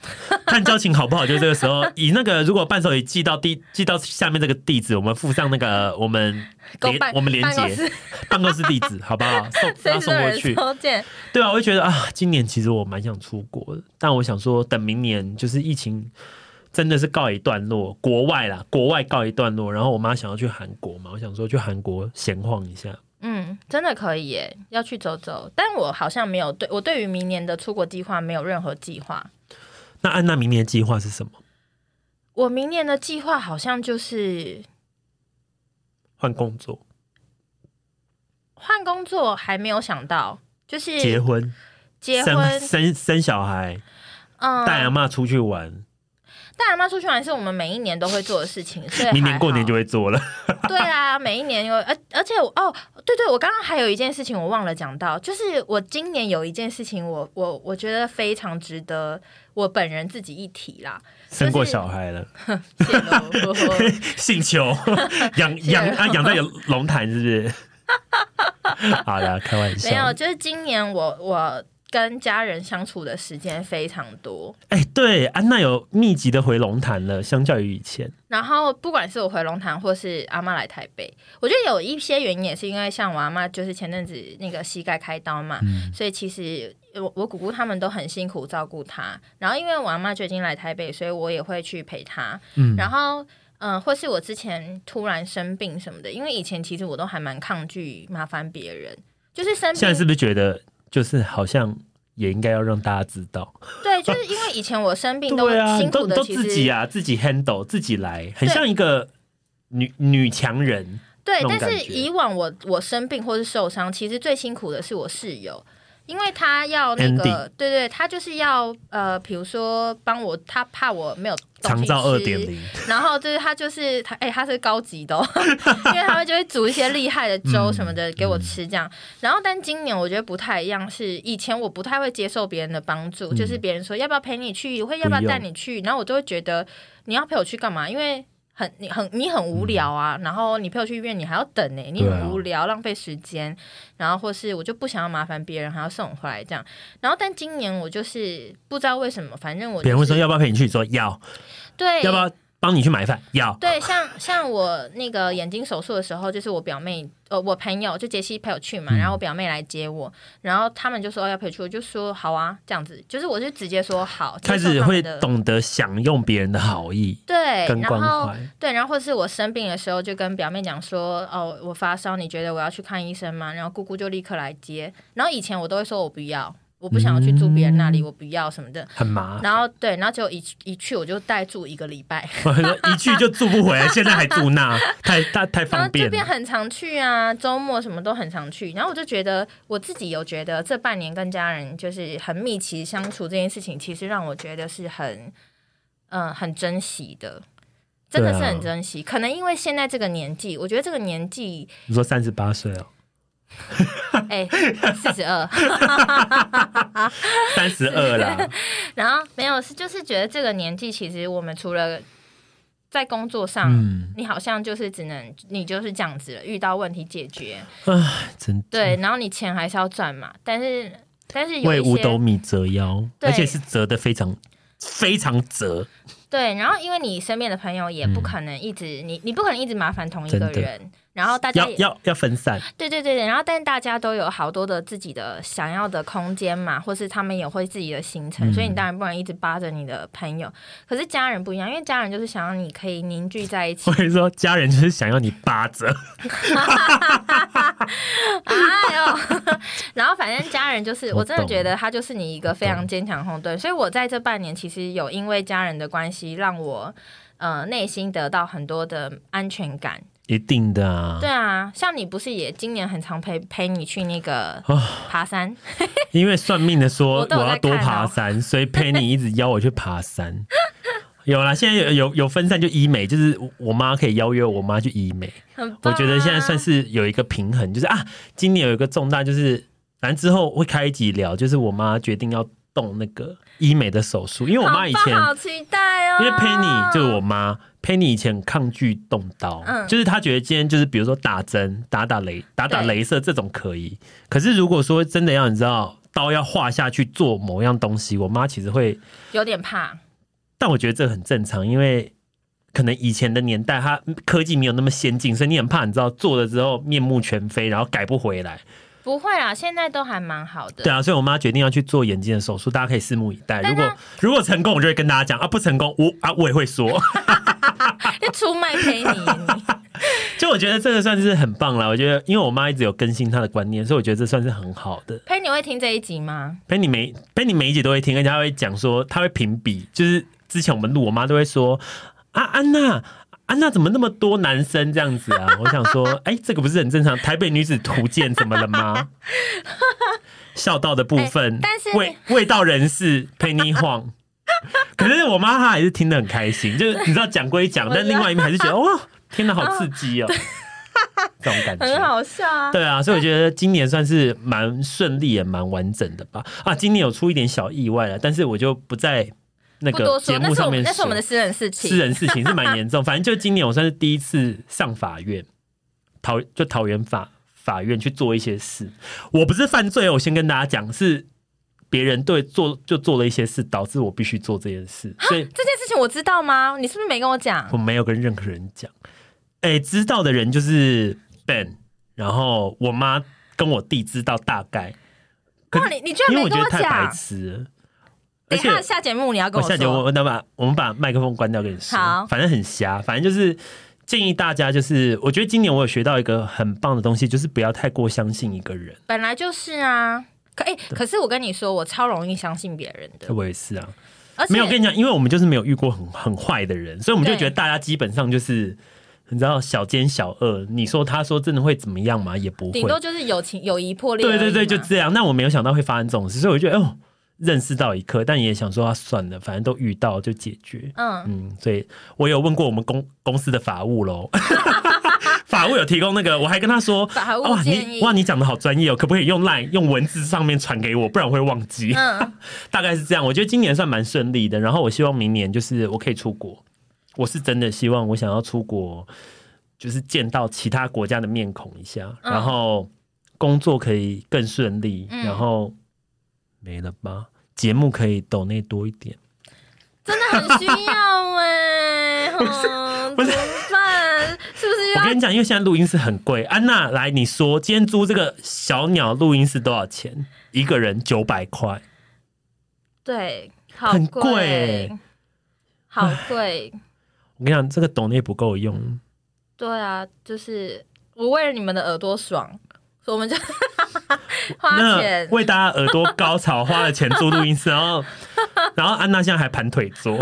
Speaker 1: 看交情好不好。就这个时候，以那个如果伴手礼寄到地寄到下面这个地址，我们附上那个我们
Speaker 2: 公
Speaker 1: 连
Speaker 2: 办
Speaker 1: 我们连
Speaker 2: 办公
Speaker 1: 接
Speaker 2: 室
Speaker 1: 办公室地址，好不
Speaker 2: [laughs]
Speaker 1: 好？送
Speaker 2: 随
Speaker 1: 把它
Speaker 2: 时都
Speaker 1: 送
Speaker 2: 有
Speaker 1: 过
Speaker 2: 人
Speaker 1: 去。
Speaker 2: 收件，
Speaker 1: 对啊，我就觉得啊，今年其实我蛮想出国的，但我想说，等明年就是疫情真的是告一段落，国外啦，国外告一段落，然后我妈想要去韩国嘛，我想说去韩国闲晃一下。
Speaker 2: 嗯，真的可以耶，要去走走。但我好像没有对我对于明年的出国计划没有任何计划。
Speaker 1: 那安娜明年的计划是什么？
Speaker 2: 我明年的计划好像就是
Speaker 1: 换工作、
Speaker 2: 换工作，还没有想到，就是
Speaker 1: 结婚、
Speaker 2: 结
Speaker 1: 生
Speaker 2: 婚，
Speaker 1: 生生小孩、
Speaker 2: 嗯，
Speaker 1: 带阿妈出去玩，
Speaker 2: 带阿妈出去玩是我们每一年都会做的事情，所以
Speaker 1: 明年过年就
Speaker 2: 会。
Speaker 1: 会做了。
Speaker 2: 对啊，每一年有，而而且我哦，对对，我刚刚还有一件事情我忘了讲到，就是我今年有一件事情我，我我觉得非常值得我本人自己一提啦，
Speaker 1: 生过小孩 [laughs] 了，
Speaker 2: 谢喽
Speaker 1: [laughs]
Speaker 2: [laughs]
Speaker 1: 姓邱，养养啊养在有龙潭是不是？
Speaker 2: [laughs]
Speaker 1: 好啦，开玩笑。
Speaker 2: 没有，就是今年我我跟家人相处的时间非常多，
Speaker 1: 哎、对，安娜有密集的回龙潭了，相较于以前，
Speaker 2: 然后不管是我回龙潭或是阿妈来台北，我觉得有一些原因也是因为像我阿妈就是前阵子那个膝盖开刀嘛，
Speaker 1: 嗯
Speaker 2: 所以其实我我姑姑他们都很辛苦照顾她，然后因为我阿妈就已经来台北，所以我也会去陪她，
Speaker 1: 嗯
Speaker 2: 然后。嗯，或是我之前突然生病什么的，因为以前其实我都还蛮抗拒麻烦别人，就是生病
Speaker 1: 现在是不是觉得就是好像也应该要让大家知道？
Speaker 2: 对，就是因为以前我生病都
Speaker 1: 对啊，你
Speaker 2: 辛
Speaker 1: 都
Speaker 2: 苦
Speaker 1: 你
Speaker 2: 的，
Speaker 1: 都
Speaker 2: 其
Speaker 1: 自
Speaker 2: 实
Speaker 1: 己啊，自己 handle，自己来，很
Speaker 2: 对
Speaker 1: 像一个女女强人。
Speaker 2: 对
Speaker 1: 那，种
Speaker 2: 但
Speaker 1: 感
Speaker 2: 是
Speaker 1: 觉
Speaker 2: 以往我我生病或是受伤，其实最辛苦的是我室友，因为他要那
Speaker 1: Andy
Speaker 2: 个，对对，他就是要呃，比如说帮我，他怕我没有东
Speaker 1: 长
Speaker 2: 西
Speaker 1: 照二点
Speaker 2: 吃，
Speaker 1: 零，
Speaker 2: 然后就是他就是他，哎、他是高级的、哦， [laughs] 因为他们就会煮一些厉害的粥
Speaker 1: 嗯
Speaker 2: 什么的给我吃这样。然后，但今年我觉得不太一样，是以前我不太会接受别人的帮助，
Speaker 1: 嗯
Speaker 2: 就是别人说哎要不要陪你去，会要不要带你去，然后我就会觉得你要陪我去干嘛？因为很你很你很无聊啊，然后你陪我去医院，你还要等呢、欸
Speaker 1: 嗯
Speaker 2: 你
Speaker 1: 对啊
Speaker 2: 很无聊，浪费时间。然后或是我就不想要麻烦别人，还要送我回来这样。然后，但今年我就是不知道为什么，反正我、就是、
Speaker 1: 别人会说要不要陪你去，你说要，
Speaker 2: 对
Speaker 1: 要不要帮你去买饭？要，
Speaker 2: 对，像像我那个眼睛手术的时候，就是我表妹，呃，我朋友就杰西陪我去嘛，
Speaker 1: 嗯
Speaker 2: 然后我表妹来接我，然后他们就说哦要陪我去，我就说好啊，这样子，就是我就直接说好，
Speaker 1: 开
Speaker 2: 接受
Speaker 1: 始
Speaker 2: 他们
Speaker 1: 会
Speaker 2: 的
Speaker 1: 懂得享用别人的好意
Speaker 2: 对，
Speaker 1: 跟
Speaker 2: 然
Speaker 1: 关
Speaker 2: 后
Speaker 1: 怀。
Speaker 2: 对，然后或是我生病的时候，就跟表妹讲说，哦，我发烧，你觉得我要去看医生吗？然后姑姑就立刻来接，然后以前我都会说我不要，我不想要去住别人那
Speaker 1: 嗯
Speaker 2: 里，我不要什么的。
Speaker 1: 很麻 [laughs] 烦，
Speaker 2: 然后对，然后结果一去一去我就带住一个礼拜，
Speaker 1: 我说一去就住
Speaker 2: [laughs]
Speaker 1: 不回来，现在还住那，太太太
Speaker 2: 然
Speaker 1: 方
Speaker 2: 后啊这
Speaker 1: 便
Speaker 2: 边
Speaker 1: 了。
Speaker 2: 很常去啊，周末什么都很常去。然后我就觉得我自己有觉得这半年跟家人就是很密集相处这件事情，其实让我觉得是很嗯、呃很珍惜的，真的
Speaker 1: 对啊
Speaker 2: 是很珍惜。可能因为现在这个年纪，我觉得这个年纪，
Speaker 1: 你说三十八岁哦，
Speaker 2: 哎，四十二， [laughs]
Speaker 1: 三十二啦，
Speaker 2: 然后没有是就是觉得这个年纪，其实我们除了在工作上。
Speaker 1: 嗯，
Speaker 2: 你好像就是只能，你就是这样子了，遇到问题解决，
Speaker 1: 真的
Speaker 2: 对，然后你钱还是要赚嘛，但是但是有
Speaker 1: 为
Speaker 2: 一
Speaker 1: 五
Speaker 2: 些
Speaker 1: 斗米折腰，
Speaker 2: 对
Speaker 1: 而且是折的非常非常折，
Speaker 2: 对，然后因为你身边的朋友也不可能一直、你你不可能一直麻烦同一个
Speaker 1: 嗯真的
Speaker 2: 人，然后大家
Speaker 1: 要
Speaker 2: 也
Speaker 1: 要要分
Speaker 2: [laughs]
Speaker 1: 散，
Speaker 2: 对对对对，然后但大家都有好多的自己的想要的空间嘛，或是他们也会自己的行程，
Speaker 1: 嗯
Speaker 2: 所以你当然不能一直扒着你的朋友。可是家人不一样，因为家人就是想要你可以凝聚在一起
Speaker 1: 或者说家人就是想要你八折，
Speaker 2: 哎呦， [laughs] 然后反正家人就是，
Speaker 1: 我
Speaker 2: 我真的
Speaker 1: 懂
Speaker 2: 觉得他就是你一个非常坚强的后盾。所以我在这半年其实有因为家人的关系，让我呃内心得到很多的安全感。
Speaker 1: 一定的啊
Speaker 2: 对，啊，像你不是也今年很常陪陪你去那个
Speaker 1: 啊
Speaker 2: 爬山？
Speaker 1: 因为算命的说
Speaker 2: 我
Speaker 1: 我
Speaker 2: 都有在
Speaker 1: 要多爬
Speaker 2: 看哦 [laughs]
Speaker 1: 山，所以 Penny 一直邀我去爬山。有啦，现在有有有分散，就医美，就是我我妈可以邀约我妈去医美。
Speaker 2: 很
Speaker 1: 我
Speaker 2: 棒啊、
Speaker 1: 觉得现在算是有一个平衡，就是啊，今年有一个重大，就是反正之后会开一集聊，就是我妈决定要动那个医美的手术，因为我妈以前
Speaker 2: 好棒好期待哦，
Speaker 1: 因为 Penny 就是我妈，Penny 以前很抗拒动刀，
Speaker 2: 嗯
Speaker 1: 就是她觉得今天就是比如说打针、打打雷、打打
Speaker 2: 对
Speaker 1: 镭射这种可以，可是如果说真的要你知道刀要划下去做某样东西，我妈其实会，
Speaker 2: 有点怕，
Speaker 1: 但我觉得这很正常，因为。可能以前的年代，它科技没有那么先进，所以你很怕，你知道做了之后面目全非，然后改不回来。
Speaker 2: 不会啦，现在都还蛮好的。
Speaker 1: 对啊，所以我妈决定要去做眼睛的手术，大家可以拭目以待。
Speaker 2: 但
Speaker 1: 如果
Speaker 2: 她
Speaker 1: 如果成功，我就会跟大家讲啊；不成功，我啊我也会说。 [laughs] 啊
Speaker 2: 就哎出卖陪你，你
Speaker 1: 就我觉得这个算是很棒了。我觉得，因为我妈一直有更新她的观念，所以我觉得这算是很好的。
Speaker 2: 陪你会听这一
Speaker 1: [laughs]
Speaker 2: 集吗？
Speaker 1: Penny 每 Penny 每一集都会听，而且她会讲说，她会评比，就是之前我们录，我妈都会说啊，安娜。安娜怎么那么多男生这样子啊？我想说，哎、这个不是很正常？台北女子图鉴怎么了吗？孝道的部分，
Speaker 2: 哎但是
Speaker 1: 味味道人士 Penny 晃，可是我妈她还是听得很开心，就是你知道讲归讲，
Speaker 2: 我知
Speaker 1: 但
Speaker 2: 道
Speaker 1: 另外一面还是觉得哇，天哪，好刺激哦， [laughs] 这种感觉
Speaker 2: 很好笑啊！
Speaker 1: 对啊，所以我觉得今年算是蛮顺利也蛮完整的吧。啊，今年有出一点小意外了，但是我就不在那
Speaker 2: 不多
Speaker 1: 个节
Speaker 2: 说，那
Speaker 1: 目
Speaker 2: 是我
Speaker 1: 上
Speaker 2: 们
Speaker 1: 面
Speaker 2: 那是我们的
Speaker 1: 说
Speaker 2: 私人事情。
Speaker 1: 私人事
Speaker 2: [laughs]
Speaker 1: 情是啊蛮严重。反正就今年我算是第一次上法院，桃就桃园法法院去做一些事。我不是犯罪哦，我先跟大家讲，是别人对做就做了一些事，导致我必须做这件事，所以
Speaker 2: 这件事情我知道吗？你是不是没跟我讲
Speaker 1: 我？没有跟任何人讲。哎、知道的人就是 Ben，然后我妈跟我弟知道大概，可
Speaker 2: 哇，你你居然
Speaker 1: 因为
Speaker 2: 啊没
Speaker 1: 我觉
Speaker 2: 跟
Speaker 1: 得太白
Speaker 2: 讲！
Speaker 1: 痴了。而
Speaker 2: 等一
Speaker 1: 且
Speaker 2: 下下节目你要跟
Speaker 1: 我
Speaker 2: 我
Speaker 1: 下节目
Speaker 2: 说，
Speaker 1: 我等把我们把麦克风关掉，跟你说。
Speaker 2: 好
Speaker 1: 反正很瞎，反正就是建议大家，就是我觉得今年我有学到一个很棒的东西，就是不要太过相信一个人。
Speaker 2: 本来就是啊。可哎、可是我跟你说，我超容易相信别人的，
Speaker 1: 我也是啊，
Speaker 2: 而且
Speaker 1: 没有跟你讲，因为我们就是没有遇过很很坏的人，所以我们就
Speaker 2: 对
Speaker 1: 觉得大家基本上就是。你知道小奸小恶，你说他说真的会怎么样吗？也不会
Speaker 2: 顶，多就是友情友谊破裂而已
Speaker 1: 对
Speaker 2: 嘛。
Speaker 1: 对对，就这样。那我没有想到会发生这种事，所以我觉得哦，认识到一刻，但也想说啊，算了，反正都遇到就解决。
Speaker 2: 嗯，
Speaker 1: 嗯，所以我有问过我们公公司的法务喽， [laughs] 法务有提供那个，我还跟他说，
Speaker 2: 法务
Speaker 1: 哇，
Speaker 2: 建
Speaker 1: 你
Speaker 2: 议，
Speaker 1: 哇，你讲的好专业哦，可不可以用 line 用文字上面传给我，不然我会忘记。
Speaker 2: 嗯，
Speaker 1: 大概是这样，我觉得今年算蛮顺利的，然后我希望明年就是我可以出国，我是真的希望我想要出国，就是见到其他国家的面孔一下，
Speaker 2: 嗯
Speaker 1: 然后工作可以更顺利，
Speaker 2: 嗯
Speaker 1: 然后没了吧，节目可以抖内多一点。
Speaker 2: 真的很需要哎、嗯，
Speaker 1: [laughs] 不是
Speaker 2: 怎么办？是不是
Speaker 1: 我
Speaker 2: 要
Speaker 1: 跟你讲，因为现在录音室很贵。安娜，来，你说今天租这个小鸟录音室多少钱？一个人九百块，
Speaker 2: 对？好
Speaker 1: 很贵欸
Speaker 2: 贵，好贵，
Speaker 1: 我跟你讲，这个抖内不够用。
Speaker 2: 对啊，就是我为了你们的耳朵爽，所以我们就 [laughs] 花
Speaker 1: 那
Speaker 2: 钱。
Speaker 1: 为大家耳朵高潮花了钱租录音室，然后，然后安娜现在还盘腿坐。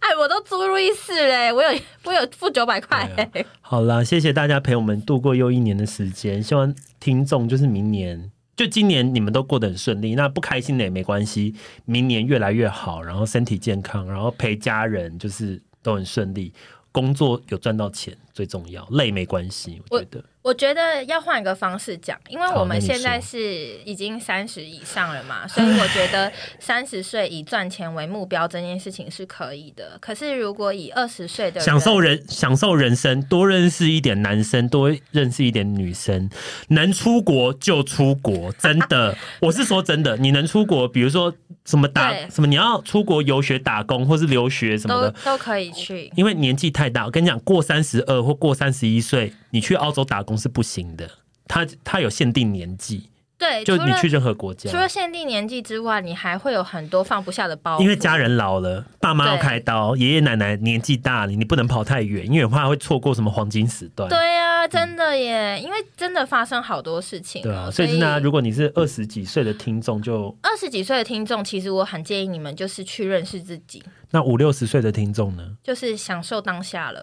Speaker 2: 哎，我都租录音室嘞，我有我有付九百块
Speaker 1: 对。啊好啦，谢谢大家陪我们度过又一年的时间，希望听众就是明年。就今年你们都过得很顺利，那不开心的也没关系，明年越来越好，然后身体健康，然后陪家人就是都很顺利，工作有赚到钱最重要，累没关系，我觉得
Speaker 2: 我觉得要换一个方式讲，因为
Speaker 1: 好
Speaker 2: 我们
Speaker 1: 那你说
Speaker 2: 现在是已经三十以上了嘛，所以我觉得三十岁以赚钱为目标这件事情是可以的。可是如果以二十岁的人
Speaker 1: 享受人享受人生，多认识一点男生，多认识一点女生，能出国就出国，真的，我是说真的，你能出国，比如说什么打
Speaker 2: 对
Speaker 1: 什么，你要出国游学、打工或是留学什么
Speaker 2: 都
Speaker 1: 的，
Speaker 2: 都可以去，
Speaker 1: 因为年纪太大，我跟你讲，过三十二或过三十一岁，你去澳洲打工是不行的，它它有限定年纪，
Speaker 2: 对，
Speaker 1: 就
Speaker 2: 除
Speaker 1: 你
Speaker 2: 了
Speaker 1: 去任何国
Speaker 2: 除了
Speaker 1: 家，
Speaker 2: 限定年纪之外，你还会有很多放不下的包袱，
Speaker 1: 因为家人老了，爸妈要
Speaker 2: 对
Speaker 1: 开刀，爷爷奶奶年纪大了，你不能跑太远，因为怕会错过什么黄金时段。
Speaker 2: 对啊，真的耶，因为真的发生好多事
Speaker 1: 嗯
Speaker 2: 情哦
Speaker 1: 对
Speaker 2: 了、
Speaker 1: 啊，所以嗯真的啊、如果你是二十几岁的听众，就
Speaker 2: 二十几岁的听众，其实我很建议你们就是去认识自己，
Speaker 1: 那五六十岁的听众呢，
Speaker 2: 就是享受当下了。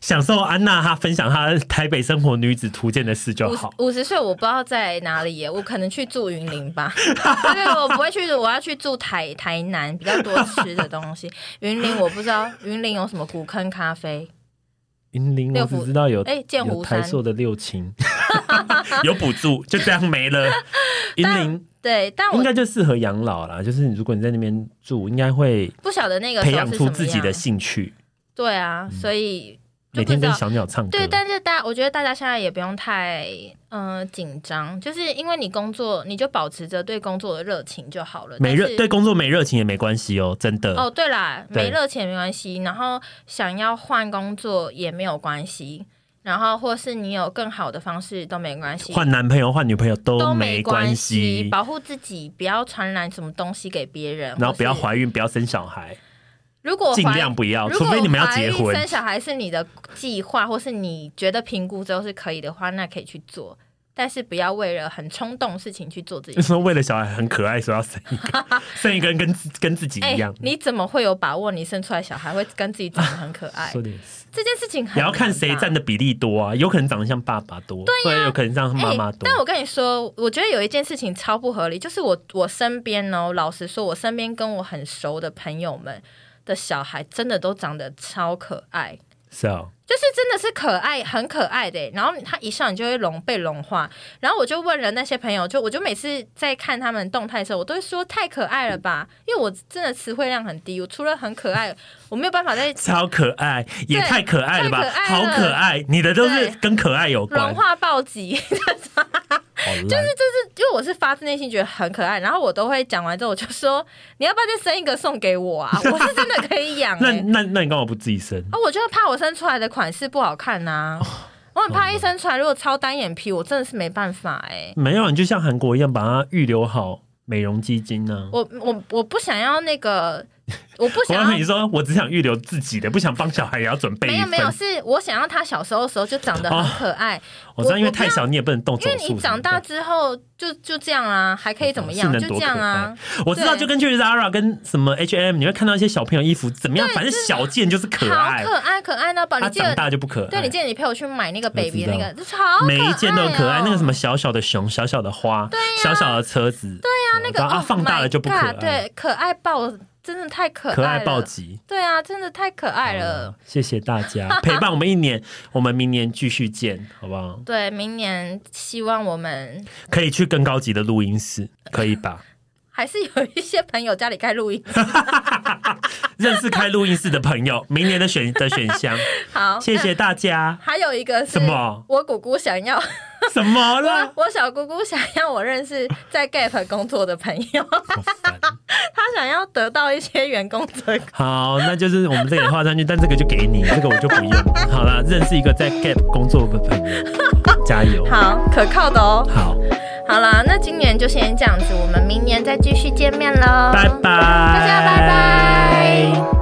Speaker 1: 享受安娜她分享她台北生活女子图鉴的事就
Speaker 2: 五
Speaker 1: 哦好。
Speaker 2: 五十岁我不知道在哪里耶，我可能去住云
Speaker 1: [laughs]
Speaker 2: 林吧，因为我不会去，我要去住台台南比较多吃的东西。云林我不知道，云林有什么古坑咖啡？
Speaker 1: 云林我
Speaker 2: 六
Speaker 1: 只
Speaker 2: 福
Speaker 1: 知道有
Speaker 2: 哎剑湖
Speaker 1: 有台
Speaker 2: 山
Speaker 1: 塑的六
Speaker 2: [laughs]
Speaker 1: 亲，有补助，就这样没了。云林
Speaker 2: 对， [laughs] 但
Speaker 1: 应
Speaker 2: 我
Speaker 1: 该就适合养老啦，就是如果你在那边住，应该会
Speaker 2: 不晓得那个
Speaker 1: 培
Speaker 2: 时候
Speaker 1: 养
Speaker 2: 是
Speaker 1: 出
Speaker 2: 什
Speaker 1: 自
Speaker 2: 么
Speaker 1: 己的嗯
Speaker 2: 样。
Speaker 1: 兴趣，
Speaker 2: 对啊，所以就
Speaker 1: 每
Speaker 2: 不知
Speaker 1: 天跟
Speaker 2: 道。
Speaker 1: 小鸟唱歌。
Speaker 2: 对，但是大家，我觉得大家现在也不用太嗯紧张，就是因为你工作，你就保持着对工作的热情就好了。
Speaker 1: 没
Speaker 2: 但
Speaker 1: 热
Speaker 2: 是
Speaker 1: 对工作没热情也没关系哦，真的。
Speaker 2: 哦，对啦，
Speaker 1: 对
Speaker 2: 没热情也没关系，然后想要换工作也没有关系，然后或是你有更好的方式都没关系，
Speaker 1: 换男朋友换女朋友
Speaker 2: 都
Speaker 1: 都
Speaker 2: 没
Speaker 1: 没关系，
Speaker 2: 系，保护自己，不要传染什么东西给别人，
Speaker 1: 然后
Speaker 2: 或
Speaker 1: 不要
Speaker 2: 是。
Speaker 1: 怀孕，不要生小孩。
Speaker 2: 如果怀
Speaker 1: 尽量不要
Speaker 2: 如
Speaker 1: 除
Speaker 2: 果
Speaker 1: 非你们要结婚
Speaker 2: 怀孕生小孩是你的计划，或是你觉得评估之后是可以的话，那可以去做。但是不要为了很冲动的事情去做这
Speaker 1: 就
Speaker 2: 件事。
Speaker 1: 说为了小孩很可爱，说要生一个， [laughs] 生一个人跟自跟自己
Speaker 2: 哎、
Speaker 1: 一样。
Speaker 2: 你怎么会有把握你生出来小孩会跟自己长得很可
Speaker 1: [laughs]
Speaker 2: 爱
Speaker 1: 说？的也是，
Speaker 2: 这件事情哎很
Speaker 1: 也要看
Speaker 2: 难
Speaker 1: 谁
Speaker 2: 吧
Speaker 1: 占的比例多啊，有可能长得像爸爸多，对、有可能像妈妈多
Speaker 2: 啊但。哎我跟你说，我觉得有一件事情超不合理，就是我我身边哦，老实说，我身边跟我很熟的朋友们的小孩，真的都长得超可爱，
Speaker 1: 是啊，
Speaker 2: 就是真的是可爱，很可爱的欸。然后他一上你就会融被融化。然后我就问了那些朋友，就我就每次在看他们动态的时候，我都会说太可爱了吧，因为我真的词汇量很低，我除了很可爱，我没有办法再
Speaker 1: 超可爱，也
Speaker 2: 对
Speaker 1: 太可爱了吧，
Speaker 2: 太可爱
Speaker 1: 好
Speaker 2: 了
Speaker 1: 可爱，你的都是
Speaker 2: 对
Speaker 1: 跟可爱有
Speaker 2: 融
Speaker 1: 关，
Speaker 2: 化暴击。 [laughs]
Speaker 1: 好烂，
Speaker 2: 因为我是发自内心觉得很可爱，然后我都会讲完之后，我就说你要不要再生一个送给我啊？ [laughs] 我是真的可以养、
Speaker 1: 那
Speaker 2: 欸，
Speaker 1: 那那你干嘛不自己生？
Speaker 2: 啊，我就怕我生出来的款式不好看呐、
Speaker 1: 哦
Speaker 2: 我很怕一生出来如果超单眼皮，我真的是没办法哎、
Speaker 1: 没有，你就像韩国一样，把它预留好美容基金呢、
Speaker 2: 我我我不想要那个，我不
Speaker 1: 我
Speaker 2: 想
Speaker 1: 刚才你
Speaker 2: 要。
Speaker 1: 说，我只想预留自己的，不想帮小孩也要准备
Speaker 2: 没
Speaker 1: 一
Speaker 2: 有
Speaker 1: 份。
Speaker 2: 没有，是我想要他小时候的时候就长得
Speaker 1: 哦
Speaker 2: 很可
Speaker 1: [laughs]
Speaker 2: 爱，
Speaker 1: 我知道，因为
Speaker 2: 我不要
Speaker 1: 太小你也不能动手
Speaker 2: 因为
Speaker 1: 术。
Speaker 2: 你长大，之后就就这样啊，还可以怎么样？
Speaker 1: 是
Speaker 2: 就
Speaker 1: 能多
Speaker 2: 这样啊，
Speaker 1: 我知道，
Speaker 2: 对
Speaker 1: 就跟去 Zara 跟什么 H&M，你会看到一些小朋友衣服怎么样，反正小件就是可爱
Speaker 2: 好，可爱可爱到爆！
Speaker 1: 他
Speaker 2: 你记
Speaker 1: 长
Speaker 2: 得
Speaker 1: 大就不可爱。
Speaker 2: 对，你记得你陪我去买那个
Speaker 1: 知
Speaker 2: baby 的那
Speaker 1: 道
Speaker 2: 个，就是好可爱、哦，
Speaker 1: 每一件都可爱，那个什么
Speaker 2: 对
Speaker 1: 小小的熊、小小的花、小小的车子，对
Speaker 2: 啊，那个
Speaker 1: 啊
Speaker 2: 哦
Speaker 1: 放大了就不可
Speaker 2: my
Speaker 1: 爱
Speaker 2: God，对，可爱爆，真的太可爱了，
Speaker 1: 可爱暴击。
Speaker 2: 对啊，真的太可爱了。
Speaker 1: 嗯谢谢大
Speaker 2: [laughs]
Speaker 1: 家陪伴我们一年，我们明年继续见，好不好？
Speaker 2: 对，明年希望我们
Speaker 1: 可以去更高级的录音室，可以吧？
Speaker 2: 还是有一些朋友家里开录音。
Speaker 1: 认识开录音室的朋友，明年的选的选
Speaker 2: [laughs]
Speaker 1: 项，
Speaker 2: 好，
Speaker 1: 谢
Speaker 2: 那。
Speaker 1: 谢大家。
Speaker 2: 还有一个是
Speaker 1: 什么
Speaker 2: 我姑姑想要，
Speaker 1: 什么
Speaker 2: 我
Speaker 1: 了？
Speaker 2: [laughs] 我小姑姑想要我认识在 Gap 工作的朋友， [laughs]
Speaker 1: 好烦。
Speaker 2: 她想要得到一些员工折扣。
Speaker 1: 好，那就是我们这里画上去，但这个就给你，这个我就不用。好了，认识一个在 Gap 工作的朋友，加油。
Speaker 2: 好，可靠的哦。
Speaker 1: 好，
Speaker 2: 好啦，那今年就先这样子，我们明年再继续见面喽。
Speaker 1: 拜拜，
Speaker 2: 大家拜拜。